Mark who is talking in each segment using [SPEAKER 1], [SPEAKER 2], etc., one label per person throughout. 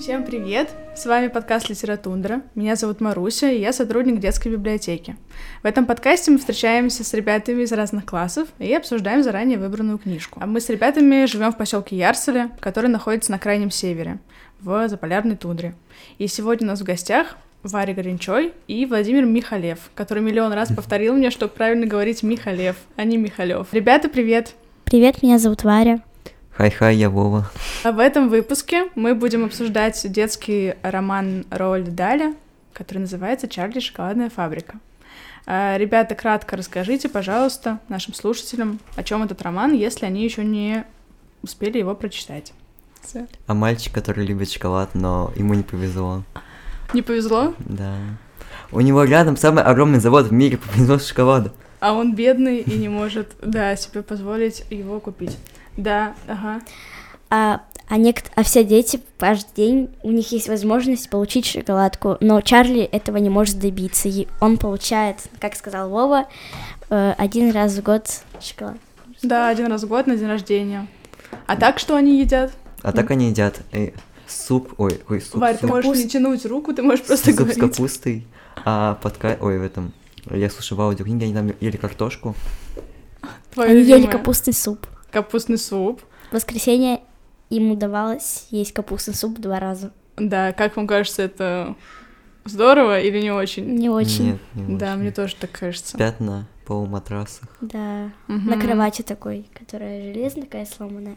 [SPEAKER 1] Всем привет! С вами подкаст «Литератундра». Меня зовут Маруся, и я сотрудник детской библиотеки. В этом подкасте мы встречаемся с ребятами из разных классов и обсуждаем заранее выбранную книжку. А мы с ребятами живем в поселке Ярселе, который находится на крайнем севере, в заполярной тундре. И сегодня у нас в гостях Варя Горенчой и Владимир Михалев, который миллион раз повторил мне, что правильно говорить Михалев, а не Михалев. Ребята, привет!
[SPEAKER 2] Привет, меня зовут Варя.
[SPEAKER 3] Хай-хай, я Вова.
[SPEAKER 1] А в этом выпуске мы будем обсуждать детский роман Роальда Даля, который называется «Чарли шоколадная фабрика». А, Ребята, кратко расскажите, пожалуйста, нашим слушателям, о чем этот роман, если они еще не успели его прочитать. Всё.
[SPEAKER 3] А мальчик, который любит шоколад, но ему не повезло.
[SPEAKER 1] Не повезло,
[SPEAKER 3] Да. У него рядом самый огромный завод в мире по производству шоколада.
[SPEAKER 1] а он бедный и не может, да, себе позволить его купить. Да, ага.
[SPEAKER 2] А, а, некот- а все дети каждый день, у них есть возможность получить шоколадку, но Чарли этого не может добиться. И он получает, как сказал Вова, э, один раз в год шоколад.
[SPEAKER 1] Да, один раз в год на день рождения. А так что они едят?
[SPEAKER 3] А так они едят э, суп, ой, ой, суп,
[SPEAKER 1] Варь, ты
[SPEAKER 3] суп,
[SPEAKER 1] можешь не тянуть руку, ты можешь просто
[SPEAKER 3] суп с
[SPEAKER 1] говорить.
[SPEAKER 3] капустой, а подка... Ой, в этом... Я слушал аудиокниги, они там ели картошку.
[SPEAKER 1] Твоё
[SPEAKER 2] Они ели
[SPEAKER 1] любимое.
[SPEAKER 2] капустный суп.
[SPEAKER 1] Капустный суп.
[SPEAKER 2] В воскресенье им удавалось есть капустный суп два раза.
[SPEAKER 1] Да, как вам кажется, это здорово или не очень?
[SPEAKER 2] Не очень.
[SPEAKER 3] Нет, не
[SPEAKER 1] да,
[SPEAKER 3] очень.
[SPEAKER 1] мне тоже так кажется.
[SPEAKER 3] Спят на полуматрасах.
[SPEAKER 2] Да.
[SPEAKER 1] Мгм.
[SPEAKER 2] На кровати такой, которая железная, такая сломанная.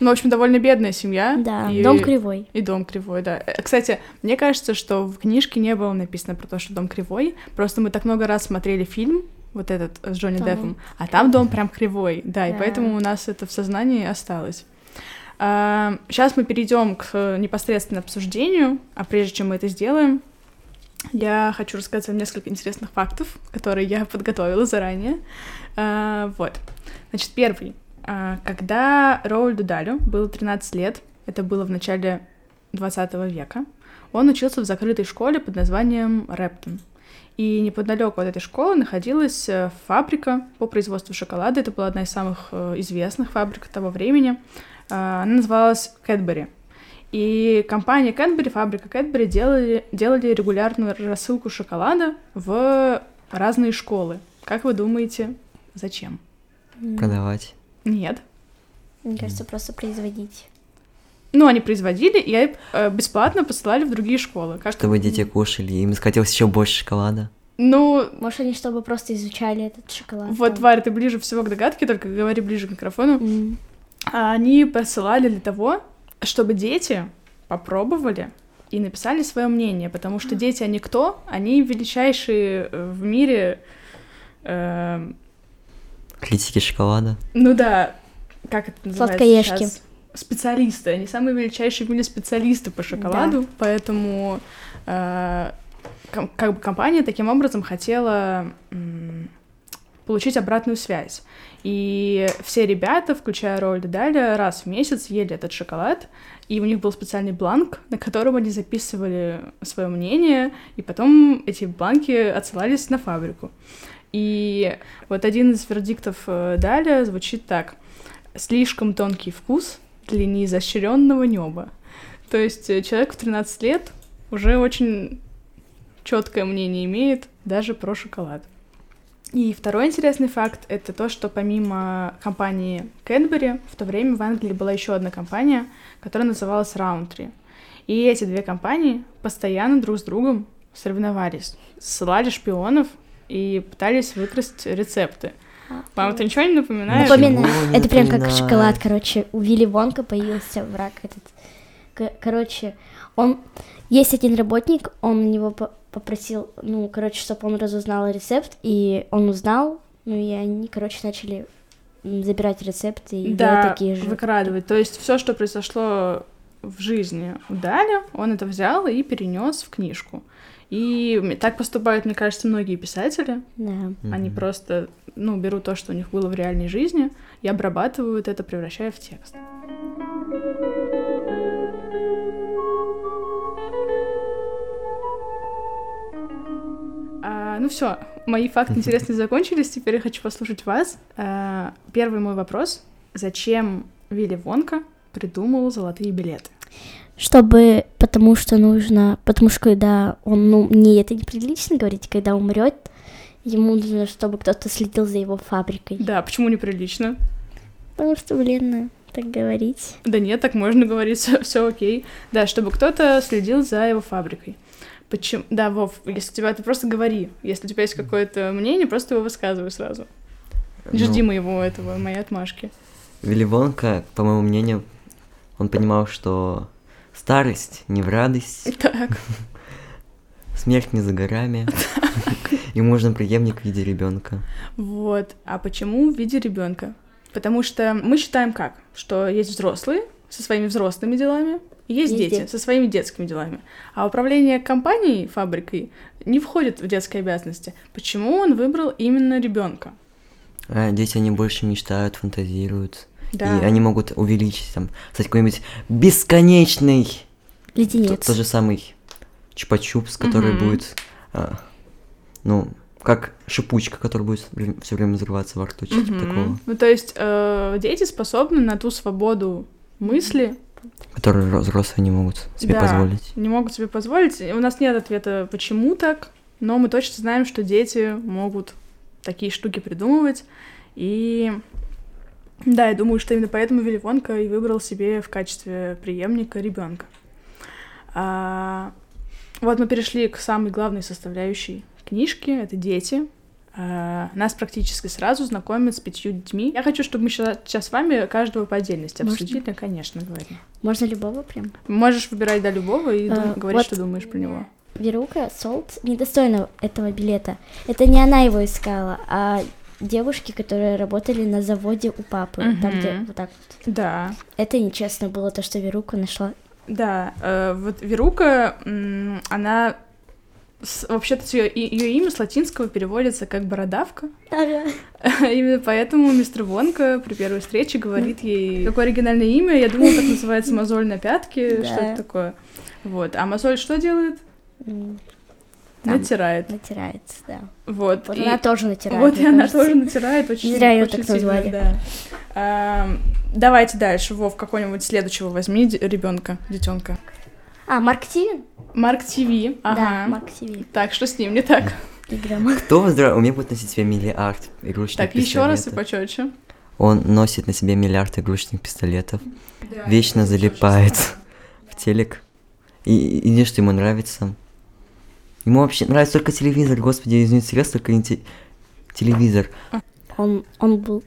[SPEAKER 1] Ну, в общем, довольно бедная семья.
[SPEAKER 2] Да,
[SPEAKER 1] и-
[SPEAKER 2] дом кривой.
[SPEAKER 1] И дом кривой, да. Э, Кстати, мне кажется, что в книжке не было написано про то, что дом кривой. Просто мы так много раз смотрели фильм, вот этот э, с Джонни
[SPEAKER 2] Там
[SPEAKER 1] Деппом, а там дом прям кривой, да, и
[SPEAKER 2] Да.
[SPEAKER 1] поэтому у нас это в сознании осталось. Сейчас мы перейдем к э, непосредственно обсуждению, а прежде чем мы это сделаем, я хочу рассказать вам несколько интересных фактов, которые я подготовила заранее. А, Вот. Значит, первый. А, Когда Роуэльду Далю было 13 лет, это было в начале 20 века, он учился в закрытой школе под названием Рептон. И неподалеку от этой школы находилась э, фабрика по производству шоколада. Это была одна из самых э, известных фабрик того времени. А, Она называлась Кэтбери. И компания Кэтбери, фабрика Кэтбери делали, делали регулярную рассылку шоколада в разные школы. Как вы думаете, зачем?
[SPEAKER 3] Продавать.
[SPEAKER 1] Нет.
[SPEAKER 2] Мне кажется, просто производить.
[SPEAKER 1] Ну, они производили, и э, бесплатно посылали в другие школы. Как...
[SPEAKER 3] Чтобы дети кушали, им захотелось еще больше шоколада.
[SPEAKER 1] Ну,
[SPEAKER 2] Может, они чтобы просто изучали этот шоколад.
[SPEAKER 1] вот,
[SPEAKER 2] там.
[SPEAKER 1] Варя, ты ближе всего к догадке, только говори ближе к микрофону.
[SPEAKER 2] М.
[SPEAKER 1] А Они посылали для того, чтобы дети попробовали и написали свое мнение, потому что дети, они кто? Они величайшие э, в мире... э,
[SPEAKER 3] Критики шоколада.
[SPEAKER 1] ну да, как это называется
[SPEAKER 2] Сладкоежки.
[SPEAKER 1] сейчас? Специалисты. Они самые величайшие в мире специалисты по шоколаду, поэтому э, ком- как бы компания таким образом хотела м, получить обратную связь. И все ребята, включая Рольда Даля, раз в месяц ели этот шоколад, и у них был специальный бланк, на котором они записывали свое мнение, и потом эти бланки отсылались на фабрику. И вот один из вердиктов э, Даля звучит так. Слишком тонкий вкус для неизощренного неба. То есть э, человек в 13 лет уже очень четкое мнение имеет даже про шоколад. И второй интересный факт — это то, что помимо компании Кэтбери, в то время в Англии была еще одна компания, которая называлась Раунтри. И эти две компании постоянно друг с другом соревновались, ссылали шпионов и пытались выкрасть рецепты. Мама, ты ничего не напоминаешь?
[SPEAKER 3] Напоминаю.
[SPEAKER 2] Напоминаю.
[SPEAKER 3] Ничего не
[SPEAKER 2] Это прям как
[SPEAKER 3] напоминает.
[SPEAKER 2] шоколад, короче. У Вилли Вонка появился враг этот. К- короче, он... Есть один работник, он у него по- попросил, ну, короче, чтобы он разузнал рецепт, и он узнал, ну, и они, короче, начали м, забирать рецепты и
[SPEAKER 1] да,
[SPEAKER 2] делать такие же.
[SPEAKER 1] выкрадывать. То есть все, что произошло в жизни у Даля, он это взял и перенес в книжку. И м- так поступают, мне кажется, многие писатели.
[SPEAKER 2] Да.
[SPEAKER 1] Они
[SPEAKER 3] Мгм.
[SPEAKER 1] просто, ну, берут то, что у них было в реальной жизни, и обрабатывают это, превращая в текст. А, ну все, мои факты интересные закончились, теперь я хочу послушать вас. А, первый мой вопрос. Зачем Вилли Вонка придумал золотые билеты?
[SPEAKER 2] чтобы, потому что нужно, потому что когда он, ну, мне это неприлично говорить, когда умрет, ему нужно, чтобы кто-то следил за его фабрикой.
[SPEAKER 1] Да, почему неприлично?
[SPEAKER 2] Потому что, блин, ну, так говорить.
[SPEAKER 1] Да нет, так можно говорить, все окей. Да, чтобы кто-то следил за его фабрикой. Почему? Да, Вов, если у тебя ты просто говори. Если у тебя есть какое-то мнение, просто его высказывай сразу. Не
[SPEAKER 3] Ну,
[SPEAKER 1] жди моего этого, моей отмашки.
[SPEAKER 3] Вилли Вонка, по моему мнению, он понимал, что старость не в радость,
[SPEAKER 1] Так,
[SPEAKER 3] смерть не за горами, и можно преемник в виде ребенка.
[SPEAKER 1] вот. А почему в виде ребенка? Потому что мы считаем как? Что есть взрослые со своими взрослыми делами, и есть,
[SPEAKER 2] Есть
[SPEAKER 1] дети
[SPEAKER 2] дети.
[SPEAKER 1] со своими детскими делами. А управление компанией, фабрикой не входит в детские обязанности. Почему он выбрал именно ребенка?
[SPEAKER 3] А дети, они больше мечтают, фантазируют,
[SPEAKER 1] Да.
[SPEAKER 3] и они могут увеличить, там, стать какой-нибудь бесконечный Т-
[SPEAKER 2] Леденец.
[SPEAKER 3] Тот же самый чупа-чупс, который
[SPEAKER 1] Мгм.
[SPEAKER 3] будет, а, ну, как шипучка, которая будет все время взрываться во рту, что-то типа
[SPEAKER 1] Мгм.
[SPEAKER 3] такого,
[SPEAKER 1] Ну, то есть э, дети способны на ту свободу мысли,
[SPEAKER 3] которую ро- взрослые не могут себе
[SPEAKER 1] Да.
[SPEAKER 3] позволить.
[SPEAKER 1] не могут себе позволить. И У нас нет ответа, почему так, но мы точно знаем, что дети могут такие штуки придумывать. И да, я думаю, что именно поэтому Вилли Вонка и выбрал себе в качестве преемника ребенка. вот мы перешли к самой главной составляющей книжки — это дети. А, нас практически сразу знакомят с пятью детьми. Я хочу, чтобы мы сейчас с вами каждого по отдельности
[SPEAKER 2] Можно?
[SPEAKER 1] обсудили, конечно, говорим.
[SPEAKER 2] Можно любого прям.
[SPEAKER 1] Можешь выбирать до любого и дум-
[SPEAKER 2] Э,
[SPEAKER 1] говорить,
[SPEAKER 2] вот.
[SPEAKER 1] что думаешь про него.
[SPEAKER 2] Верука Солт недостойна этого билета. Это не она его искала, а девушки, которые работали на заводе у папы. Там, где
[SPEAKER 1] Мгм.
[SPEAKER 2] вот так вот.
[SPEAKER 1] Да,
[SPEAKER 2] Это нечестно было, то, что Верука нашла.
[SPEAKER 1] да. э, вот Верука, м, она с- вообще-то ее, имя с латинского переводится как бородавка. Именно поэтому мистер Вонка при первой встрече говорит ей, какое оригинальное имя, я думала, так называется мозоль на пятке,
[SPEAKER 2] Да.
[SPEAKER 1] что это такое. Вот. А мозоль что делает?
[SPEAKER 2] М, Там.
[SPEAKER 1] Натирает.
[SPEAKER 2] Натирается, да.
[SPEAKER 1] Вот.
[SPEAKER 2] Вот
[SPEAKER 1] И-
[SPEAKER 2] она тоже натирает.
[SPEAKER 1] Вот и
[SPEAKER 2] мне
[SPEAKER 1] она
[SPEAKER 2] кажется.
[SPEAKER 1] тоже натирает очень
[SPEAKER 2] Не зря её
[SPEAKER 1] очень
[SPEAKER 2] так
[SPEAKER 1] сильно,
[SPEAKER 2] назвали.
[SPEAKER 1] да. Ам, Давайте дальше, Вов, какого-нибудь следующего возьми ребенка, детенка.
[SPEAKER 2] А, Марк Тивин?
[SPEAKER 1] Марк ТВ,
[SPEAKER 2] Да,
[SPEAKER 1] ага.
[SPEAKER 2] Марк Тивин.
[SPEAKER 1] Так, что с ним не так?
[SPEAKER 2] Игроман.
[SPEAKER 3] Кто воздра- У меня будет носить себе миллиард игрушечных
[SPEAKER 1] Так, еще раз и
[SPEAKER 3] пистолетов.
[SPEAKER 1] почетче.
[SPEAKER 3] Он носит на себе миллиард игрушечных пистолетов, вечно залипает в телек. И, и не что ему нравится. Ему вообще нравится только телевизор, господи, из интерес только инте- телевизор.
[SPEAKER 2] Он, он был...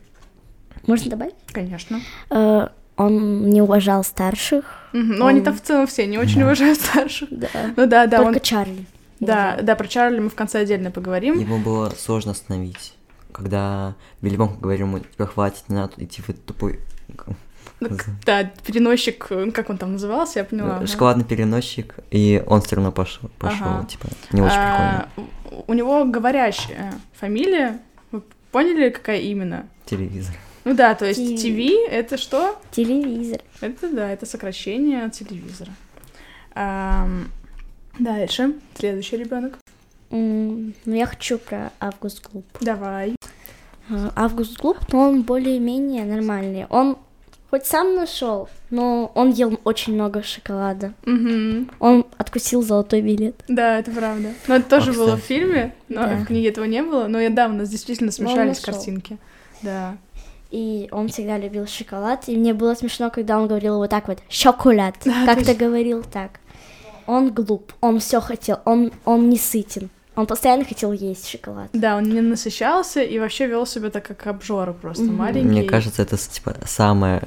[SPEAKER 2] Можно добавить?
[SPEAKER 1] Конечно.
[SPEAKER 2] Э, он не уважал старших.
[SPEAKER 1] Мгм, Ну, они-то в целом все не очень
[SPEAKER 3] Да.
[SPEAKER 1] уважают старших.
[SPEAKER 2] Да.
[SPEAKER 1] Ну да, да,
[SPEAKER 2] Только
[SPEAKER 1] он...
[SPEAKER 2] Чарли.
[SPEAKER 1] Да,
[SPEAKER 2] уважал.
[SPEAKER 1] да, про Чарли мы в конце отдельно поговорим.
[SPEAKER 3] Его было сложно остановить, когда Билли Бонк говорил ему, тебя хватит, не надо идти в этот тупой
[SPEAKER 1] Ну, к- Да, переносчик, э, как он там назывался, я поняла. ага.
[SPEAKER 3] э, шоколадный переносчик, и он все равно пошел, пошел
[SPEAKER 1] Ага.
[SPEAKER 3] типа, не очень
[SPEAKER 1] А,
[SPEAKER 3] прикольно.
[SPEAKER 1] у- У него говорящая фамилия. Вы поняли, какая именно?
[SPEAKER 3] Телевизор.
[SPEAKER 1] Ну да, то есть
[SPEAKER 2] Ти-
[SPEAKER 1] ТВ это что?
[SPEAKER 2] Телевизор.
[SPEAKER 1] Это да, это сокращение от телевизора. Ам, Дальше, следующий ребенок.
[SPEAKER 2] М, Ну, я хочу про Август Глуп.
[SPEAKER 1] Давай.
[SPEAKER 2] Э, Август Глуп, но он более-менее нормальный. Он хоть сам нашел, но он ел очень много шоколада.
[SPEAKER 1] Мгм.
[SPEAKER 2] Он откусил золотой билет.
[SPEAKER 1] Да, это правда. Но это тоже
[SPEAKER 3] Ах,
[SPEAKER 1] было в
[SPEAKER 3] кстати.
[SPEAKER 1] фильме, но
[SPEAKER 2] Да.
[SPEAKER 1] в книге этого не было. Но я да, у нас действительно смешались
[SPEAKER 2] нашёл.
[SPEAKER 1] картинки. Да.
[SPEAKER 2] И он всегда любил шоколад. И мне было смешно, когда он говорил вот так вот «шоколад». Как-то говорил так. Он глуп, он все хотел, он, он не сытен. Он постоянно хотел есть шоколад.
[SPEAKER 1] Да, он не насыщался и вообще вел себя так, как обжора просто
[SPEAKER 2] Мгм.
[SPEAKER 1] маленький.
[SPEAKER 3] Мне кажется, это с- типа самое,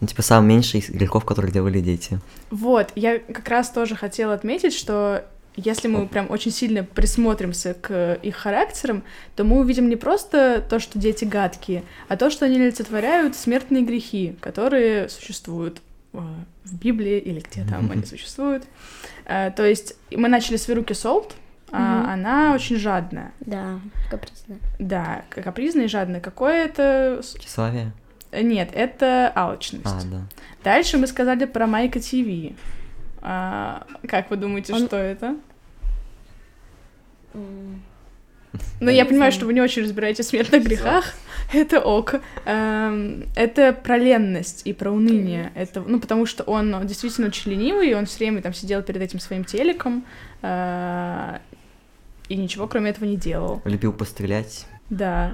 [SPEAKER 3] ну, типа самый меньший из грехов, которые делали дети.
[SPEAKER 1] Вот, я как раз тоже хотела отметить, что если мы прям очень сильно присмотримся к их характерам, то мы увидим не просто то, что дети гадкие, а то, что они олицетворяют смертные грехи, которые существуют э, в Библии или где там они существуют. Э, То есть мы начали с Веруки Солт, а
[SPEAKER 2] Мгм.
[SPEAKER 1] она очень жадная,
[SPEAKER 2] Да, капризно.
[SPEAKER 1] да, к- капризная и жадная. Какое это... с-
[SPEAKER 3] Тщеславие?
[SPEAKER 1] Нет, это алчность.
[SPEAKER 3] А, да.
[SPEAKER 1] Дальше мы сказали про Майка ТВ. А, как вы думаете,
[SPEAKER 2] Он-
[SPEAKER 1] что это?
[SPEAKER 2] М,
[SPEAKER 1] Ну, я
[SPEAKER 2] не
[SPEAKER 1] понимаю,
[SPEAKER 2] знаю.
[SPEAKER 1] Ну, что вы не очень разбираетесь в смертных грехах. Это ок. Эм, Это про ленность и про уныние. Это, ну, потому что он действительно очень ленивый, и он все время там сидел перед этим своим телеком э, и ничего кроме этого не делал.
[SPEAKER 3] Любил пострелять.
[SPEAKER 1] Да.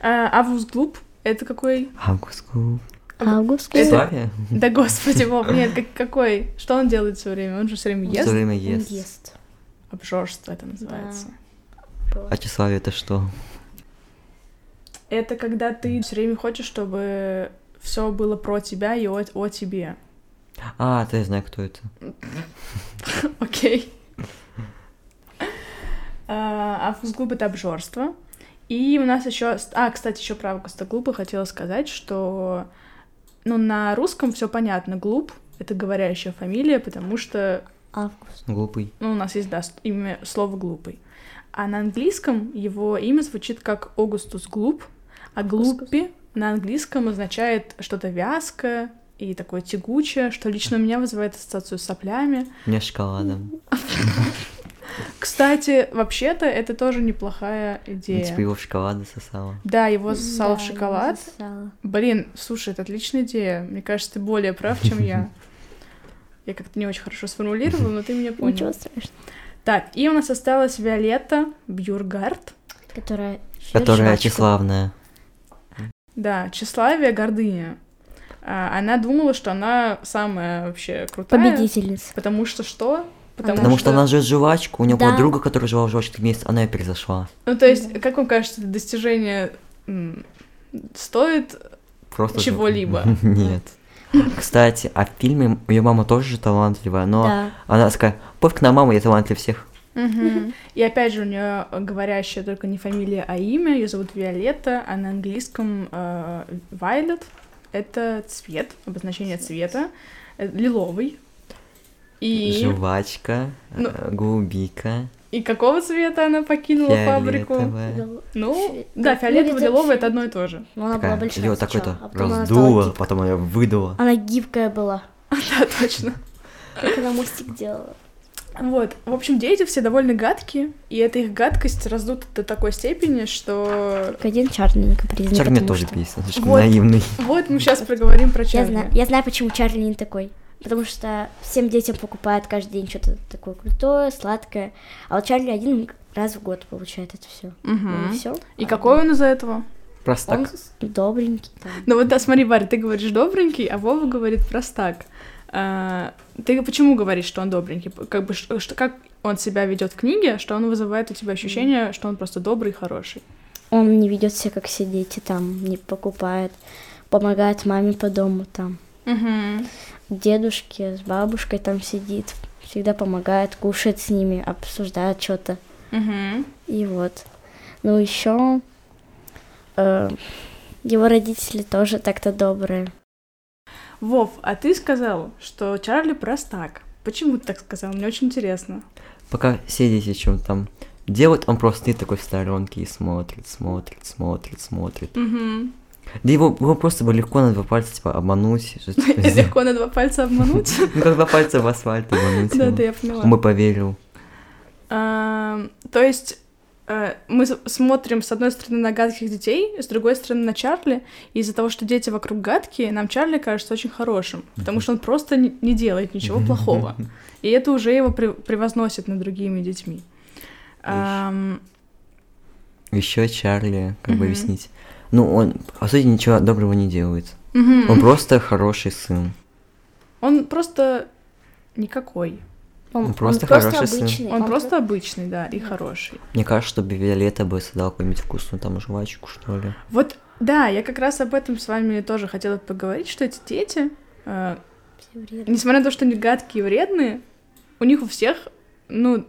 [SPEAKER 1] А, Август Глуп — это какой?
[SPEAKER 3] Август Клуб.
[SPEAKER 2] Август.
[SPEAKER 1] Это-
[SPEAKER 3] Славия?
[SPEAKER 1] Да господи, Вов, нет, как, какой? Что он делает все время? Он же все время
[SPEAKER 3] Все
[SPEAKER 1] ест.
[SPEAKER 3] время
[SPEAKER 2] Он
[SPEAKER 3] ест.
[SPEAKER 2] ест.
[SPEAKER 1] Обжорство это называется.
[SPEAKER 3] А тщеславие это что?
[SPEAKER 1] Это когда ты все время хочешь, чтобы все было про тебя и о, о тебе.
[SPEAKER 3] А, то я знаю, кто это.
[SPEAKER 1] Окей. А, Август Глуп — это обжорство. И у нас еще... А, кстати, еще про Августа Глупа хотела сказать, что... Ну, на русском все понятно. Глуп — это говорящая фамилия, потому что
[SPEAKER 2] Август.
[SPEAKER 3] Глупый.
[SPEAKER 1] Ну, у нас есть, да, с- имя, слово «глупый». А на английском его имя звучит как Огустус Глуп, а «глупи» на английском означает что-то вязкое и такое тягучее, что лично у меня вызывает ассоциацию с соплями.
[SPEAKER 3] Не с шоколадом.
[SPEAKER 1] Кстати, вообще-то это тоже неплохая
[SPEAKER 3] Ну, типа
[SPEAKER 1] идея.
[SPEAKER 3] его в шоколады сосала.
[SPEAKER 1] Да, его ссал в
[SPEAKER 2] Да, его
[SPEAKER 1] шоколад.
[SPEAKER 2] засосало.
[SPEAKER 1] Блин, слушай, это отличная идея. Мне кажется, ты более прав, чем я. Я как-то не очень хорошо сформулировала, но ты меня понял.
[SPEAKER 2] Ничего страшного.
[SPEAKER 1] Так, и у нас осталась Виолетта Бьюргард.
[SPEAKER 2] Которая...
[SPEAKER 3] Которая
[SPEAKER 2] жвачка.
[SPEAKER 3] тщеславная.
[SPEAKER 1] Да, тщеславие, гордыня. А, Она думала, что она самая вообще крутая.
[SPEAKER 2] Победительница.
[SPEAKER 1] Потому что что?
[SPEAKER 3] Потому что она жрет жвачку, у нее
[SPEAKER 2] Да.
[SPEAKER 3] подруга, которая жила в жвачке месяц, она и перезашла.
[SPEAKER 1] Ну, то есть, как вам кажется, это достижение м, стоит...
[SPEAKER 3] Просто жрет.
[SPEAKER 1] Чего-либо.
[SPEAKER 3] Нет. Кстати, а в фильме ее мама тоже же талантливая, но
[SPEAKER 2] Да.
[SPEAKER 3] она такая, пофиг на маму, я талантлив всех.
[SPEAKER 1] И опять же, у нее говорящая только не фамилия, а имя. Ее зовут Виолетта, а на английском э, Violet. Это цвет, обозначение цвета. Э, Лиловый. И,
[SPEAKER 3] Жвачка,
[SPEAKER 1] Ну.
[SPEAKER 3] э, голубика,
[SPEAKER 1] и какого цвета она покинула фабрику?
[SPEAKER 3] фиолетовая.
[SPEAKER 2] Ну,
[SPEAKER 1] Ну,
[SPEAKER 2] Фи-
[SPEAKER 1] да,
[SPEAKER 2] ну,
[SPEAKER 1] фиолетово
[SPEAKER 2] видел
[SPEAKER 1] лиловый
[SPEAKER 2] фи-
[SPEAKER 1] это одно и то же.
[SPEAKER 2] она была
[SPEAKER 3] Такая,
[SPEAKER 2] большая
[SPEAKER 3] её
[SPEAKER 2] сначала,
[SPEAKER 3] такое-то
[SPEAKER 2] а потом она стала
[SPEAKER 3] раздуло,
[SPEAKER 2] гибкой.
[SPEAKER 3] потом ее выдуло.
[SPEAKER 1] А,
[SPEAKER 2] Она гибкая была,
[SPEAKER 1] Да, точно.
[SPEAKER 2] как она мостик делала.
[SPEAKER 1] Вот. В общем, дети все довольно гадкие, и эта их гадкость раздута до такой степени, что...
[SPEAKER 2] Только один черненько признак.
[SPEAKER 3] Черт, мне
[SPEAKER 2] потому
[SPEAKER 3] тоже
[SPEAKER 2] что-
[SPEAKER 3] песня, слишком
[SPEAKER 1] Вот.
[SPEAKER 3] наивный.
[SPEAKER 1] Вот мы сейчас проговорим про
[SPEAKER 2] Я
[SPEAKER 1] Чарли.
[SPEAKER 2] знаю, я знаю, почему Чарли не такой. Потому что всем детям покупают каждый день что-то такое крутое, сладкое. А вот Чарли один раз в год получает это все.
[SPEAKER 1] Мгм.
[SPEAKER 2] И все.
[SPEAKER 1] И какой он из-за этого?
[SPEAKER 3] Просто
[SPEAKER 2] Он
[SPEAKER 3] так.
[SPEAKER 2] добренький. там.
[SPEAKER 1] Ну вот, да, смотри, Варя, ты говоришь добренький, а Вова говорит простак. А, Ты почему говоришь, что он добренький? Как бы, ш- что, как он себя ведет в книге, что он вызывает у тебя ощущение, что он просто добрый и хороший.
[SPEAKER 2] Он не ведет себя, как все дети там, не покупает, помогает маме по дому там.
[SPEAKER 1] Угу.
[SPEAKER 2] Дедушке с бабушкой там сидит, всегда помогает, кушает с ними, обсуждает что-то.
[SPEAKER 1] Угу.
[SPEAKER 2] И вот. Ну еще его родители тоже так-то добрые.
[SPEAKER 1] Вов, а ты сказал, что Чарли простак. Почему ты так сказал? Мне очень интересно.
[SPEAKER 3] Пока все дети чем там делают, он просто стоит такой в сторонке и смотрит, смотрит, смотрит, смотрит.
[SPEAKER 1] Угу.
[SPEAKER 3] Да его, его просто бы легко на два пальца, типа, обмануть. что-то сделать.
[SPEAKER 1] Легко на два пальца обмануть.
[SPEAKER 3] Ну, как два пальца в асфальт обмануть.
[SPEAKER 1] Да,
[SPEAKER 3] его.
[SPEAKER 1] да, я поняла.
[SPEAKER 3] Он бы поверил.
[SPEAKER 1] Эм, То есть э, мы с- смотрим с одной стороны на гадких детей, с другой стороны на Чарли. И из-за того, что дети вокруг гадкие, нам Чарли кажется очень хорошим, потому что он просто не не делает ничего плохого. И это уже его при- превозносит над другими детьми. Эм,
[SPEAKER 3] Еще Чарли, как бы
[SPEAKER 1] Мгм.
[SPEAKER 3] объяснить. Ну, он, по сути, ничего доброго не делает.
[SPEAKER 1] мгм.
[SPEAKER 3] Он просто хороший сын.
[SPEAKER 1] Он просто никакой.
[SPEAKER 3] Он Ну, просто хороший сын.
[SPEAKER 2] обычный.
[SPEAKER 1] Он просто обычный, да, и хороший.
[SPEAKER 3] Мне кажется, что бы Виолетта бы создал какую-нибудь вкусную там жвачку, что ли.
[SPEAKER 1] Вот, да, я как раз об этом с вами тоже хотела поговорить, что эти дети, э,
[SPEAKER 2] всё время.
[SPEAKER 1] несмотря на то, что они гадкие и вредные, у них у всех, ну,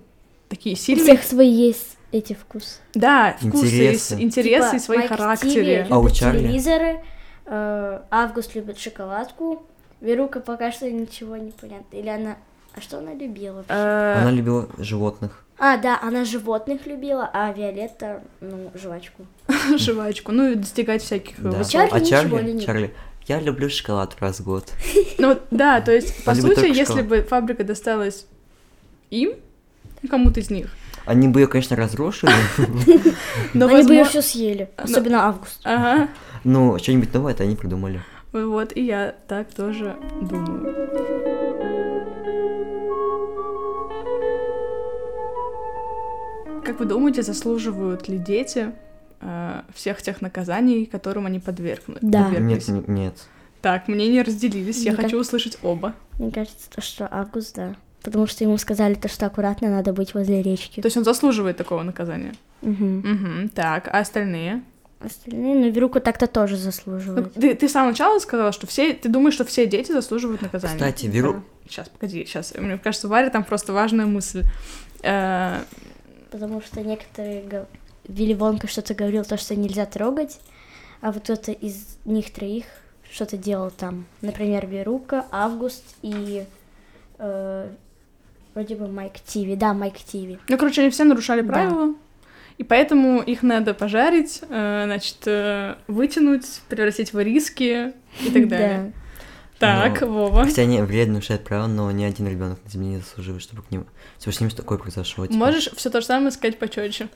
[SPEAKER 1] такие
[SPEAKER 2] У
[SPEAKER 1] сильные,
[SPEAKER 2] всех свои есть эти вкусы.
[SPEAKER 1] да, вкусы,
[SPEAKER 3] Интересы.
[SPEAKER 1] и с- интересы
[SPEAKER 2] Типа
[SPEAKER 1] и свои
[SPEAKER 2] Майк Стиви
[SPEAKER 1] характеры.
[SPEAKER 3] А у
[SPEAKER 2] любит
[SPEAKER 3] Чарли?
[SPEAKER 2] телевизоры, э, Август любит шоколадку, Верука пока что ничего не понятно. Или она... А что она любила? вообще?
[SPEAKER 1] Э,
[SPEAKER 3] Она любила животных.
[SPEAKER 2] А, да, она животных любила, а Виолетта, ну, жвачку.
[SPEAKER 1] жвачку, ну, и достигать всяких
[SPEAKER 3] Да.
[SPEAKER 1] высот.
[SPEAKER 2] Чарли
[SPEAKER 3] а
[SPEAKER 2] ничего не
[SPEAKER 3] Чарли,
[SPEAKER 2] любит.
[SPEAKER 3] Чарли, я люблю шоколад раз в год.
[SPEAKER 1] Ну, вот, да, то есть, по
[SPEAKER 3] Она любит
[SPEAKER 1] сути,
[SPEAKER 3] только
[SPEAKER 1] если
[SPEAKER 3] шоколад.
[SPEAKER 1] бы фабрика досталась им, ну, кому-то из них,
[SPEAKER 3] Они бы ее, конечно, разрушили,
[SPEAKER 1] Но
[SPEAKER 2] Они бы
[SPEAKER 1] возможно-
[SPEAKER 2] ее все съели, особенно август.
[SPEAKER 1] Ага.
[SPEAKER 3] но что-нибудь новое-то они придумали.
[SPEAKER 1] Вот, и я так тоже думаю. Как вы думаете, заслуживают ли дети э, всех тех наказаний, которым они подвергнуты?
[SPEAKER 2] Да.
[SPEAKER 3] Нет, н- нет.
[SPEAKER 1] Так, мнения разделились, я
[SPEAKER 2] Ну как?
[SPEAKER 1] хочу услышать оба.
[SPEAKER 2] Мне кажется, то, что август, да. Потому что ему сказали то, что аккуратно надо быть возле речки.
[SPEAKER 1] То есть он заслуживает такого наказания?
[SPEAKER 2] Мгм.
[SPEAKER 1] Угу, так, а остальные?
[SPEAKER 2] Остальные, ну, Верука так-то тоже
[SPEAKER 1] Ну,
[SPEAKER 2] заслуживает.
[SPEAKER 1] ты, ты с самого начала сказала, что все, ты думаешь, что все дети заслуживают наказания.
[SPEAKER 3] Кстати, Веру-
[SPEAKER 1] Сейчас, погоди, сейчас. Мне кажется, Варя там просто важная мысль. Э,
[SPEAKER 2] Потому что некоторые гов- Вилли Вонка что-то говорил, то, что нельзя трогать, а вот кто-то из них троих что-то делал там. Например, Верука, Август и э, вроде бы Майк Тиви. Да, Майк Тиви.
[SPEAKER 1] Ну, короче, они все нарушали
[SPEAKER 2] Да.
[SPEAKER 1] правила. И поэтому их надо пожарить, э, значит, э, вытянуть, превратить в риски и так далее. Так,
[SPEAKER 3] Ну,
[SPEAKER 1] Вова.
[SPEAKER 3] Хотя они вред нарушают право, но ни один ребенок на земле не заслуживает, чтобы к ним... Чтобы с ним такое произошло. типа.
[SPEAKER 1] Можешь все то же самое сказать почетче.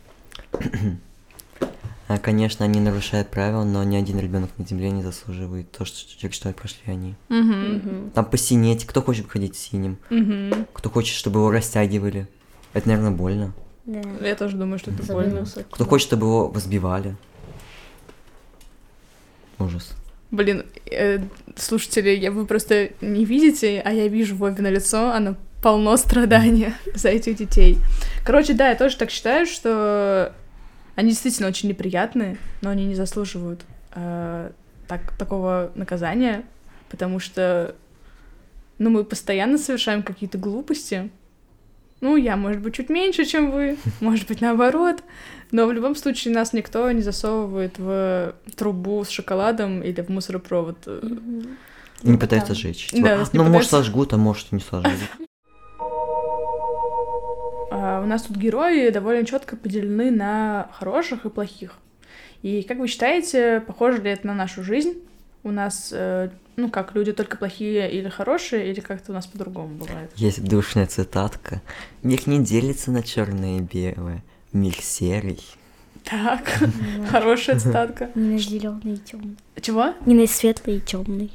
[SPEAKER 3] А, конечно, они нарушают правила, но ни один ребенок на земле не заслуживает то, что, через что прошли они.
[SPEAKER 2] Да.
[SPEAKER 1] Угу.
[SPEAKER 2] Мгм.
[SPEAKER 3] Там посинеть, кто хочет ходить синим,
[SPEAKER 1] Угу.
[SPEAKER 3] кто хочет, чтобы его растягивали. Это, наверное, больно.
[SPEAKER 2] Да.
[SPEAKER 1] Я тоже думаю, что это
[SPEAKER 2] Особенно
[SPEAKER 1] больно.
[SPEAKER 2] высокий.
[SPEAKER 3] Кто хочет, чтобы его возбивали. Ужас.
[SPEAKER 1] Блин, э, слушатели, я, вы просто не видите, а я вижу Вове на лицо, оно полно страдания за этих детей. Короче, да, я тоже так считаю, что они действительно очень неприятные, но они не заслуживают э, так, такого наказания, потому что, ну, мы постоянно совершаем какие-то глупости. Ну, я, может быть, чуть меньше, чем вы, может быть, наоборот. Но в любом случае нас никто не засовывает в трубу с шоколадом или в мусоропровод. э,
[SPEAKER 2] Мгм.
[SPEAKER 3] И не пытаются
[SPEAKER 2] да.
[SPEAKER 3] сжечь.
[SPEAKER 1] Ну, Да, нас не
[SPEAKER 3] ну, может,
[SPEAKER 1] пытаются.
[SPEAKER 3] сожгут, а может, и не сожгут.
[SPEAKER 1] А, у нас тут герои довольно четко поделены на хороших и плохих. И как вы считаете, похоже ли это на нашу жизнь? У нас, э, ну как, люди только плохие или хорошие, или как-то у нас по-другому бывает?
[SPEAKER 3] Есть душная цитатка. Мир не делится на черное и белое. Мир серый.
[SPEAKER 1] Так,
[SPEAKER 2] Да.
[SPEAKER 1] хорошая цитатка.
[SPEAKER 2] Не на зеленый и темный.
[SPEAKER 1] Чего?
[SPEAKER 2] Не на светлый и темный.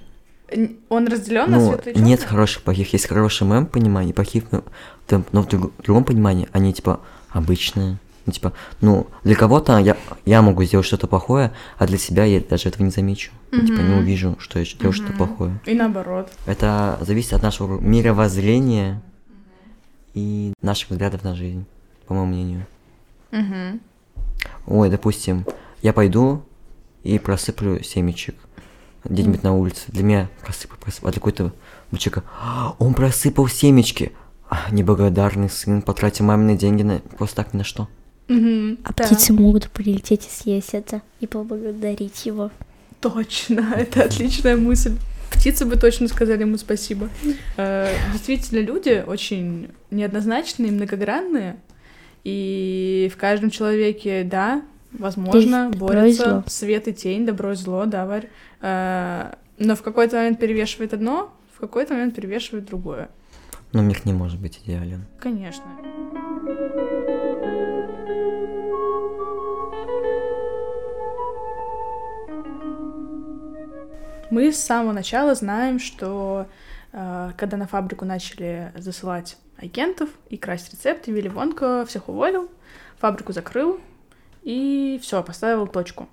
[SPEAKER 1] Н- Он разделен на
[SPEAKER 3] ну,
[SPEAKER 1] светлый и
[SPEAKER 3] нет
[SPEAKER 1] чёрный?
[SPEAKER 3] хороших плохих. Есть хорошие в моем понимании, плохие, в- в том- но в друг- другом понимании они, типа, обычные. Ну, типа, ну, для кого-то я, я могу сделать что-то плохое, а для себя я даже этого не замечу. Ну, Типа, не
[SPEAKER 1] Мгм.
[SPEAKER 3] увижу, что я делаю что-то
[SPEAKER 1] Мгм.
[SPEAKER 3] плохое.
[SPEAKER 1] И наоборот.
[SPEAKER 3] Это зависит от нашего мировоззрения и наших взглядов на жизнь, по моему мнению.
[SPEAKER 1] Мгм.
[SPEAKER 3] Ой, допустим, я пойду и просыплю семечек где-нибудь на улице. Для меня просыпал, просыпал. А для какой-то мальчика «А, он просыпал семечки. А, неблагодарный сын, потратил мамины деньги на просто так ни на что.
[SPEAKER 1] Мгм.
[SPEAKER 2] А
[SPEAKER 1] Да.
[SPEAKER 2] птицы могут прилететь и съесть это. И поблагодарить его.
[SPEAKER 1] Точно, это отличная мысль. Птицы бы точно сказали ему спасибо. Э, Действительно, люди очень неоднозначные, многогранные. И в каждом человеке, да, возможно,
[SPEAKER 2] Есть добро и
[SPEAKER 1] борются
[SPEAKER 2] зло.
[SPEAKER 1] свет и тень, добро и зло, да, Варь. Э, Но в какой-то момент перевешивает одно, в какой-то момент перевешивает другое.
[SPEAKER 3] Но мир не может быть идеален.
[SPEAKER 1] Конечно. Мы с самого начала знаем, что э, когда на фабрику начали засылать агентов и красть рецепты, Вилли Вонка всех уволил, фабрику закрыл и все, поставил точку.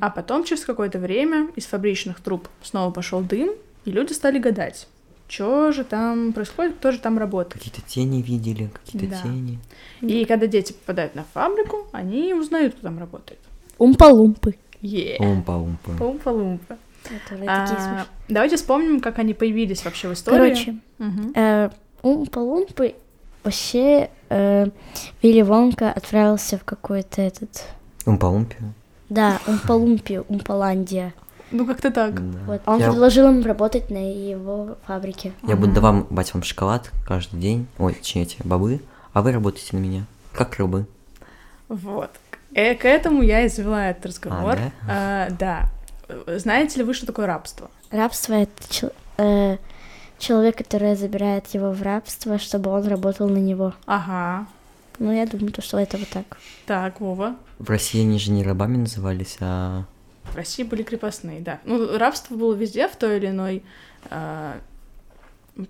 [SPEAKER 1] А потом, через какое-то время, из фабричных труб снова пошел дым, и люди стали гадать, что же там происходит, кто же там работает.
[SPEAKER 3] Какие-то тени видели, какие-то
[SPEAKER 1] Да.
[SPEAKER 3] тени.
[SPEAKER 1] И когда дети попадают на фабрику, они узнают, кто там работает.
[SPEAKER 2] Умпа-лумпы.
[SPEAKER 1] Е.
[SPEAKER 3] Умпа-умпа.
[SPEAKER 1] Пумпа-лумпа.
[SPEAKER 2] Которые
[SPEAKER 1] А,
[SPEAKER 2] такие смешные.
[SPEAKER 1] Давайте вспомним, как они появились вообще в истории.
[SPEAKER 2] Короче,
[SPEAKER 1] Мгм.
[SPEAKER 2] э, Умпа-лумпы вообще э, Вилли Вонка отправился в какой-то этот...
[SPEAKER 3] Умпа-умпи.
[SPEAKER 2] Да, Умпа-лумпи, Умпаландия.
[SPEAKER 1] Ну как-то так.
[SPEAKER 3] Да.
[SPEAKER 2] Вот. Он
[SPEAKER 3] Я-
[SPEAKER 2] предложил им работать на его фабрике.
[SPEAKER 3] Я буду давам- давать вам шоколад каждый день. Ой, точнее, эти бобы. А вы работаете на меня. Как рыбы.
[SPEAKER 1] Вот. Э, к этому я и завела этот разговор.
[SPEAKER 3] А,
[SPEAKER 1] А, да. Э, Знаете ли вы, что такое рабство?
[SPEAKER 2] Рабство — это чел- э, человек, который забирает его в рабство, чтобы он работал на него.
[SPEAKER 1] Ага.
[SPEAKER 2] Ну, я думаю, то, что это вот так.
[SPEAKER 1] Так, Вова.
[SPEAKER 3] В России они же не рабами назывались, а...
[SPEAKER 1] В России были крепостные, да. Ну, рабство было везде в той или иной... а,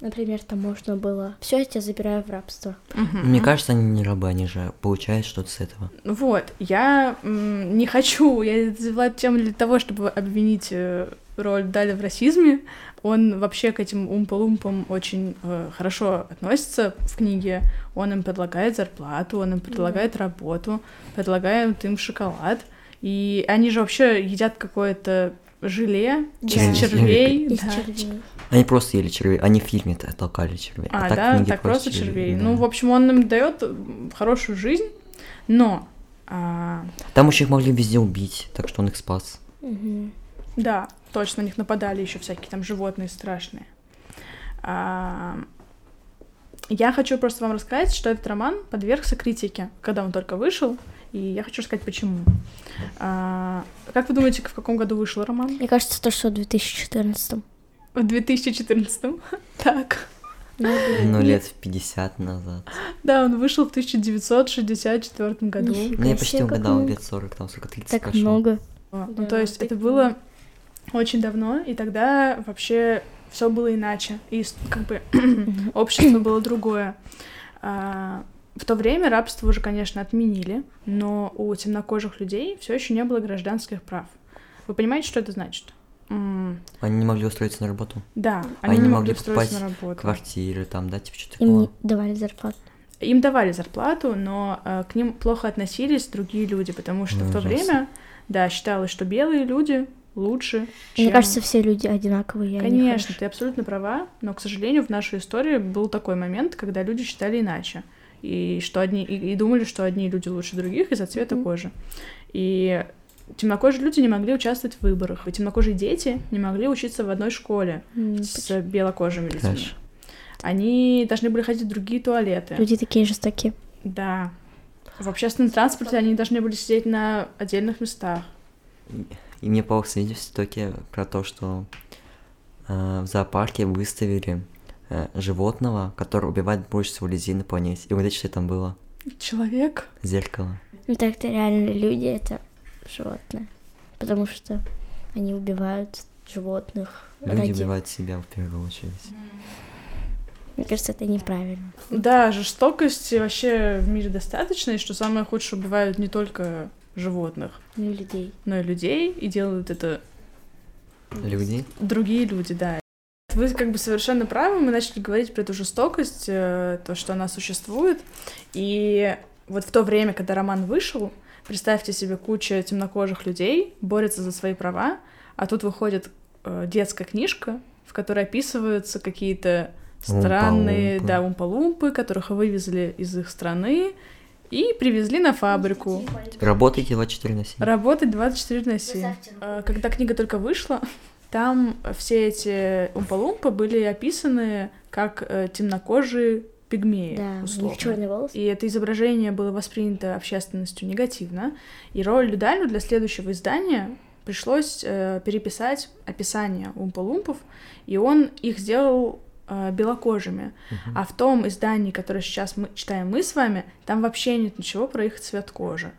[SPEAKER 2] Например, там можно было... Все, я тебя забираю в рабство.
[SPEAKER 1] мгм.
[SPEAKER 3] Мне кажется, они не рабы, они же получают что-то с этого.
[SPEAKER 1] Вот, я м, не хочу, я взяла эту тему для того, чтобы обвинить э, роль Даля в расизме. Он вообще к этим умпа-лумпам очень э, хорошо относится в книге. Он им предлагает зарплату, он им предлагает работу, предлагает им шоколад. И они же вообще едят какое-то желе
[SPEAKER 2] Да.
[SPEAKER 1] из червей.
[SPEAKER 2] Из
[SPEAKER 1] да.
[SPEAKER 2] червей.
[SPEAKER 3] Они просто ели червей, они в фильме т- толкали червей.
[SPEAKER 1] А,
[SPEAKER 3] так
[SPEAKER 1] да,
[SPEAKER 3] книги
[SPEAKER 1] так просто
[SPEAKER 3] ели,
[SPEAKER 1] червей.
[SPEAKER 3] да.
[SPEAKER 1] Ну, в общем, он им дает хорошую жизнь, но... а,
[SPEAKER 3] Там еще их могли везде убить, так что он их спас.
[SPEAKER 2] Мгм.
[SPEAKER 1] Да, точно, на них нападали еще всякие там животные страшные. А, Я хочу просто вам рассказать, что этот роман подвергся критике, когда он только вышел, и я хочу рассказать, почему. А, Как вы думаете, в каком году вышел роман?
[SPEAKER 2] Мне кажется, то, что в 2014.
[SPEAKER 1] В 2014. Так.
[SPEAKER 3] Ну, лет в 50 назад.
[SPEAKER 1] Да, он вышел в 1964 году.
[SPEAKER 2] Нифига
[SPEAKER 3] Ну, я почти
[SPEAKER 2] себе, как
[SPEAKER 3] угадал,
[SPEAKER 2] много.
[SPEAKER 3] лет 40, там сколько, 30
[SPEAKER 2] Так
[SPEAKER 3] прошло.
[SPEAKER 2] много.
[SPEAKER 1] А, Ну,
[SPEAKER 2] Да,
[SPEAKER 1] то есть
[SPEAKER 2] вот
[SPEAKER 1] это
[SPEAKER 2] это
[SPEAKER 1] было очень давно, и тогда вообще все было иначе. И с- как бы общество было другое. А, В то время рабство уже, конечно, отменили, но у темнокожих людей все еще не было гражданских прав. Вы понимаете, что это значит? М,
[SPEAKER 3] Они не могли устроиться на работу.
[SPEAKER 1] Да, они,
[SPEAKER 3] Они
[SPEAKER 1] не
[SPEAKER 3] могли
[SPEAKER 1] могли устроиться на
[SPEAKER 3] покупать
[SPEAKER 1] работу.
[SPEAKER 3] Квартиры там, да, типа что-то
[SPEAKER 2] Им
[SPEAKER 3] такого.
[SPEAKER 2] не давали зарплату.
[SPEAKER 1] Им давали зарплату, но э, к ним плохо относились другие люди, потому что в то
[SPEAKER 3] Ужасно.
[SPEAKER 1] время, да, считалось, что белые люди лучше,
[SPEAKER 2] Мне
[SPEAKER 1] чем-
[SPEAKER 2] кажется, все люди одинаковые. и они
[SPEAKER 1] Конечно,
[SPEAKER 2] хороши.
[SPEAKER 1] ты абсолютно права, но, к сожалению, в нашей истории был такой момент, когда люди считали иначе. И, что одни, и, и думали, что одни люди лучше других из-за цвета
[SPEAKER 2] Мгм.
[SPEAKER 1] кожи. И темнокожие люди не могли участвовать в выборах, и темнокожие дети не могли учиться в одной школе
[SPEAKER 2] М,
[SPEAKER 1] с белокожими людьми.
[SPEAKER 3] Трэш.
[SPEAKER 1] Они должны были ходить в другие туалеты.
[SPEAKER 2] Люди такие жестокие.
[SPEAKER 1] Да. В общественном транспорте они должны были сидеть на отдельных местах.
[SPEAKER 3] И мне попался видео в ТикТоке про то, что э, в зоопарке выставили э, животного, который убивает больше всего людей на планете. И вот что там было?
[SPEAKER 1] Человек?
[SPEAKER 3] Зеркало.
[SPEAKER 2] Ну так-то реально люди это животные. Потому что они убивают животных.
[SPEAKER 3] Люди
[SPEAKER 2] ради-
[SPEAKER 3] убивают себя в первую очередь.
[SPEAKER 2] Мне кажется, это неправильно.
[SPEAKER 1] Да, жестокости вообще в мире достаточно, и что самое худшее бывают не только животных,
[SPEAKER 2] Ну и людей.
[SPEAKER 1] но и людей, и делают это
[SPEAKER 3] Люди?
[SPEAKER 1] другие люди, да. Вы как бы совершенно правы, мы начали говорить про эту жестокость, э, то, что она существует, и вот в то время, когда роман вышел, представьте себе, куча темнокожих людей борется за свои права, а тут выходит э, детская книжка, в которой описываются какие-то странные,
[SPEAKER 3] Умпа-лумпы.
[SPEAKER 1] да, умпа-лумпы, которых вывезли из их страны и привезли на фабрику
[SPEAKER 3] Работайте 24 на 7.
[SPEAKER 1] работать 24 на 7.
[SPEAKER 2] Заставьте руку.
[SPEAKER 1] Э, Когда книга только вышла, там все эти умпа были описаны как э, темнокожие пигмеи,
[SPEAKER 2] Да, у
[SPEAKER 1] условно.
[SPEAKER 2] них черный волос.
[SPEAKER 1] И это изображение было воспринято общественностью негативно. И роль Далю для следующего издания пришлось э, переписать описание умпа-лумпов, и он их сделал э, белокожими.
[SPEAKER 3] Мгм.
[SPEAKER 1] А в том издании, которое сейчас мы читаем мы с вами, там вообще нет ничего про их цвет кожи.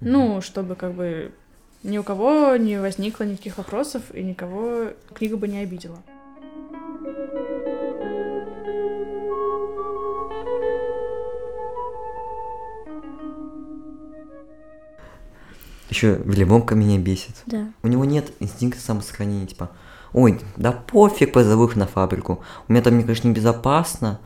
[SPEAKER 1] Ну, чтобы как бы ни у кого не возникло никаких вопросов, и никого книга бы не обидела.
[SPEAKER 3] Еще Вилли меня бесит.
[SPEAKER 2] Да.
[SPEAKER 3] У него нет инстинкта самосохранения, типа, ой, да пофиг, позову их на фабрику. У меня там, мне, конечно, небезопасно.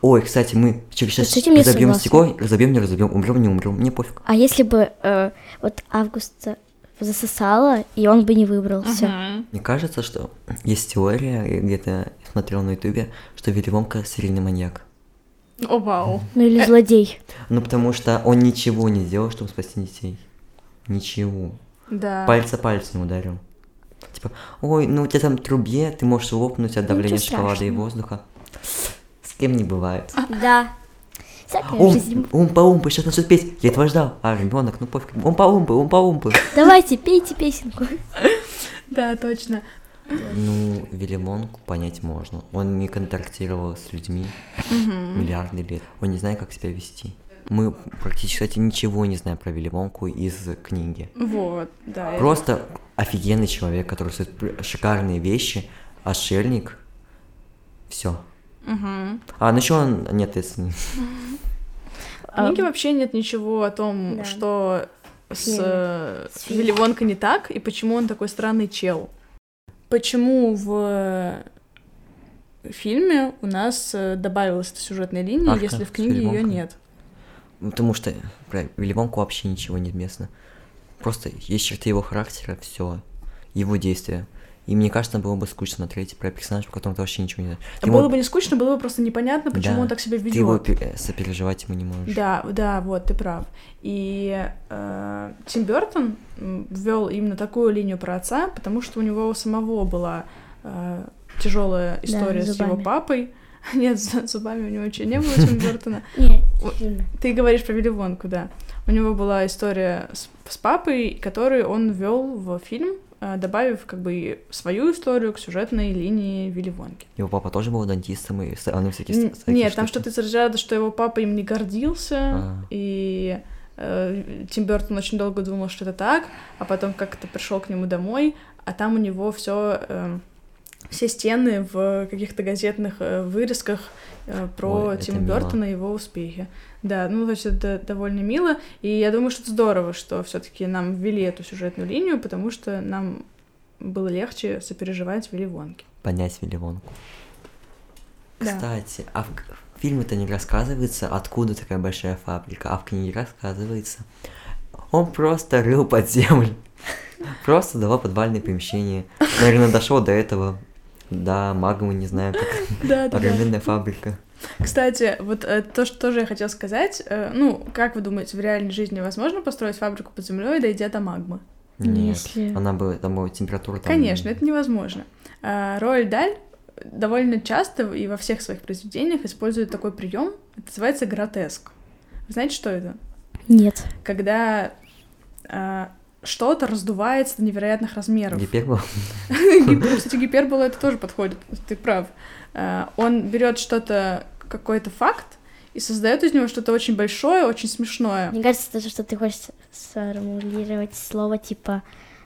[SPEAKER 3] Ой, кстати, мы через
[SPEAKER 2] Вот
[SPEAKER 3] сейчас
[SPEAKER 2] с этим я
[SPEAKER 3] разобьем
[SPEAKER 2] согласна.
[SPEAKER 3] стекло, разобьем, не разобьем, умрем, не умрем, мне пофиг.
[SPEAKER 2] А если бы э, вот Августа засосала, и он бы не выбрался.
[SPEAKER 3] Мне кажется, что есть теория, я где-то смотрел на ютубе, что Вилли Вонка серийный маньяк.
[SPEAKER 1] О, вау.
[SPEAKER 2] Ну или злодей.
[SPEAKER 3] Ну, потому что он ничего не делал, чтобы спасти детей. Ничего.
[SPEAKER 1] Да.
[SPEAKER 3] Пальца пальцем ударил. Типа, ой, ну у тебя там трубе, ты можешь лопнуть от давления
[SPEAKER 2] ничего
[SPEAKER 3] шоколада и
[SPEAKER 2] страшного. А,
[SPEAKER 3] воздуха. С кем не бывает.
[SPEAKER 1] А.
[SPEAKER 2] Да. Всякая
[SPEAKER 3] Ум,
[SPEAKER 2] жизнь.
[SPEAKER 3] умпа умпы, сейчас начнут петь. Я этого ждал. А, ребенок, ну пофиг. Умпа умпы, умпа умпы.
[SPEAKER 2] Давайте, пейте песенку.
[SPEAKER 1] Да, точно.
[SPEAKER 3] Ну, Вилимонку понять можно. Он не контактировал с людьми миллиарды лет. Он не знает, как себя вести. Мы практически, кстати, ничего не знаем про Вилимонку из книги.
[SPEAKER 1] Вот, да.
[SPEAKER 3] Просто офигенный человек, который стоит шикарные вещи, отшельник. Все.
[SPEAKER 1] Мгм.
[SPEAKER 3] А, ну еще он не ответственный.
[SPEAKER 1] В книге вообще нет ничего о том,
[SPEAKER 2] Да.
[SPEAKER 1] что с, э,
[SPEAKER 2] С
[SPEAKER 1] с
[SPEAKER 2] фильмом.
[SPEAKER 1] Вилли Вонкой не так, и почему он такой странный чел. Почему в фильме у нас э, добавилась эта сюжетная линия,
[SPEAKER 3] Арка
[SPEAKER 1] если в
[SPEAKER 3] с
[SPEAKER 1] книге
[SPEAKER 3] Вилли
[SPEAKER 1] ее
[SPEAKER 3] Вонкой.
[SPEAKER 1] нет?
[SPEAKER 3] Потому что про Вилимонку вообще ничего не местно. Просто есть черты его характера, все. Его действия. И мне кажется, было бы скучно смотреть про персонажа, по которому ты вообще ничего не знаешь. Ты
[SPEAKER 1] было
[SPEAKER 3] ему-
[SPEAKER 1] бы не скучно, было бы просто непонятно, почему
[SPEAKER 3] Да.
[SPEAKER 1] он так себя ведет.
[SPEAKER 3] Ты его пе- сопереживать ему не можешь.
[SPEAKER 1] Да, да, вот, ты прав. И э, Тим Бертон ввел именно такую линию про отца, потому что у него у самого была тяжелая история с его
[SPEAKER 2] зубами.
[SPEAKER 1] папой. Нет, с зубами у него ничего не было, у Тима Бертона.
[SPEAKER 2] Нет,
[SPEAKER 1] Вот.
[SPEAKER 2] фильм.
[SPEAKER 1] Ты говоришь про Вилли Вонку, да. У него была история с, с папой, которую он ввел в фильм, э, добавив как бы и свою историю к сюжетной линии Вилли Вонки.
[SPEAKER 3] Его папа тоже был дантистом и с- а, ну, всякие
[SPEAKER 1] Н-
[SPEAKER 3] с- всякие
[SPEAKER 1] Нет, там
[SPEAKER 3] штуки.
[SPEAKER 1] что-то из разряда, что его папа им не гордился,
[SPEAKER 3] А.
[SPEAKER 1] и э, Тим Бертон очень долго думал, что это так, а потом как-то пришел к нему домой, а там у него все все стены в каких-то газетных э, вырезках э, про
[SPEAKER 3] Ой, это
[SPEAKER 1] Тима
[SPEAKER 3] мило.
[SPEAKER 1] Бертона и его успехи. Да, ну, то есть это довольно мило, и я думаю, что это здорово, что все таки нам ввели эту сюжетную линию, потому что нам было легче сопереживать Вилли Вонке.
[SPEAKER 3] Понять Вилимонку.
[SPEAKER 1] Да.
[SPEAKER 3] Кстати, а в, к- в фильме-то не рассказывается, откуда такая большая фабрика, а в книге рассказывается. Он просто рыл под землю. Просто давал подвальные помещения. Наверное, дошел до этого. Да, магмы, не знаю, А как
[SPEAKER 1] Да,
[SPEAKER 3] огроменная фабрика.
[SPEAKER 1] Кстати, вот э, то, что тоже я хотела сказать, э, ну, как вы думаете, в реальной жизни возможно построить фабрику под землей, дойдя до магмы?
[SPEAKER 3] Нет.
[SPEAKER 2] Если-
[SPEAKER 3] Она была, там была температура там.
[SPEAKER 1] Конечно, это невозможно. А, Роэль Даль довольно часто и во всех своих произведениях использует такой прием, это называется гротеск. Вы знаете, что это?
[SPEAKER 2] Нет.
[SPEAKER 1] Когда а, что-то раздувается до невероятных размеров.
[SPEAKER 3] Гипербола.
[SPEAKER 1] Гип- Кстати, гипербола это тоже подходит, ты прав. Э, Он берет что-то, какой-то факт, и создает из него что-то очень большое, очень смешное.
[SPEAKER 2] Мне кажется, даже что ты хочешь сформулировать слово типа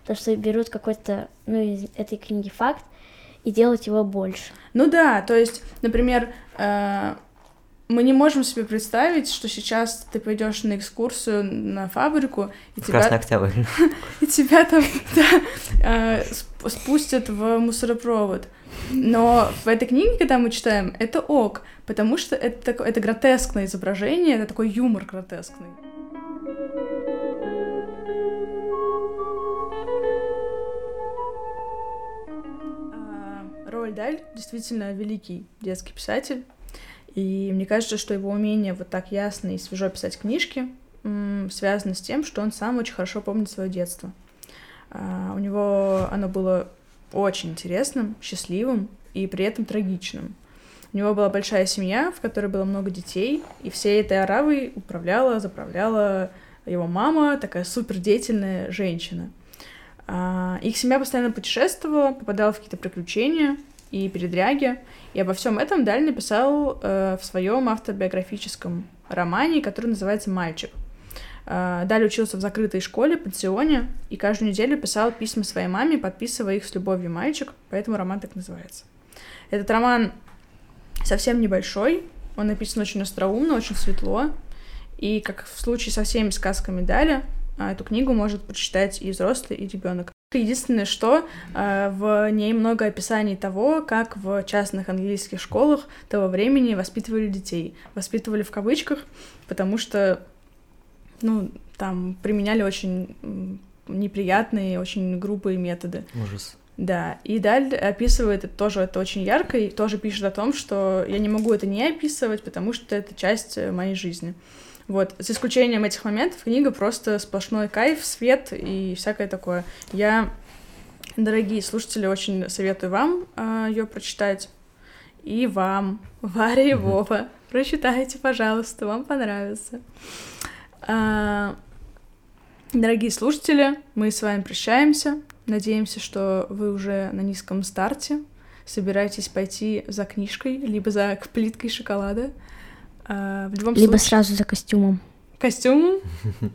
[SPEAKER 2] то, что берут какой-то, ну, из этой книги факт и делать его больше.
[SPEAKER 1] Ну да, то есть, например, э, мы не можем себе представить, что сейчас ты пойдешь на экскурсию на фабрику, и
[SPEAKER 3] В
[SPEAKER 1] тебя,
[SPEAKER 3] Красный Октябрь.
[SPEAKER 1] и тебя там да, э, сп- спустят в мусоропровод. Но в этой книге, когда мы читаем, это ок, потому что это, тако- это гротескное изображение, это такой юмор гротескный. А, Роальд Даль действительно великий детский писатель, и мне кажется, что его умение вот так ясно и свежо писать книжки м, связано с тем, что он сам очень хорошо помнит свое детство. А, У него оно было очень интересным, счастливым и при этом трагичным. У него была большая семья, в которой было много детей, и всей этой аравой управляла, заправляла его мама, такая супердеятельная женщина. А, Их семья постоянно путешествовала, попадала в какие-то приключения и передряги, и обо всем этом Даль написал э, в своем автобиографическом романе, который называется «Мальчик». Э, Даль учился в закрытой школе, пансионе, и каждую неделю писал письма своей маме, подписывая их с любовью «Мальчик», поэтому роман так называется. Этот роман совсем небольшой, он написан очень остроумно, очень светло, и, как в случае со всеми сказками Даля, а, эту книгу может прочитать и взрослый, и ребенок. Единственное, что а, в ней много описаний того, как в частных английских школах того времени воспитывали детей. Воспитывали в кавычках, потому что, ну, там применяли очень м, неприятные, очень грубые методы.
[SPEAKER 3] Ужас.
[SPEAKER 1] Да, и Даль описывает это тоже это очень ярко и тоже пишет о том, что я не могу это не описывать, потому что это часть э, моей жизни. Вот, за исключением этих моментов, книга просто сплошной кайф, свет и всякое такое. Я, дорогие слушатели, очень советую вам ее прочитать. И вам, Варя и
[SPEAKER 3] Мгм.
[SPEAKER 1] Вова, прочитайте, пожалуйста, вам понравится. А, Дорогие слушатели, мы с вами прощаемся. Надеемся, что вы уже на низком старте. Собираетесь пойти за книжкой, либо за к- плиткой шоколада. А, в любом
[SPEAKER 2] Либо
[SPEAKER 1] случае...
[SPEAKER 2] сразу за костюмом.
[SPEAKER 1] Костюмом?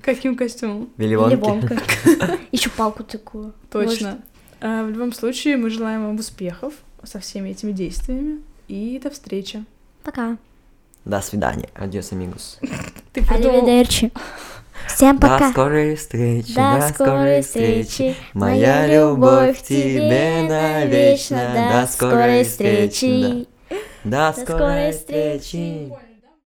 [SPEAKER 1] Каким костюмом?
[SPEAKER 3] Вилли
[SPEAKER 2] Или
[SPEAKER 3] Вонки.
[SPEAKER 2] Вонка. Еще палку такую.
[SPEAKER 1] Точно.
[SPEAKER 2] Может,
[SPEAKER 1] А, в любом случае, мы желаем вам успехов со всеми этими действиями. И до встречи.
[SPEAKER 2] Пока.
[SPEAKER 3] До свидания. Адьос, амигус.
[SPEAKER 1] Ты придумал...
[SPEAKER 2] Аливидерчи. Всем
[SPEAKER 3] До
[SPEAKER 2] пока.
[SPEAKER 3] скорой встречи,
[SPEAKER 2] До скорой встречи, моя любовь к тебе навечно. До скорой встречи.
[SPEAKER 3] До
[SPEAKER 2] До
[SPEAKER 3] скорой
[SPEAKER 2] скорой
[SPEAKER 3] встречи.
[SPEAKER 2] встречи.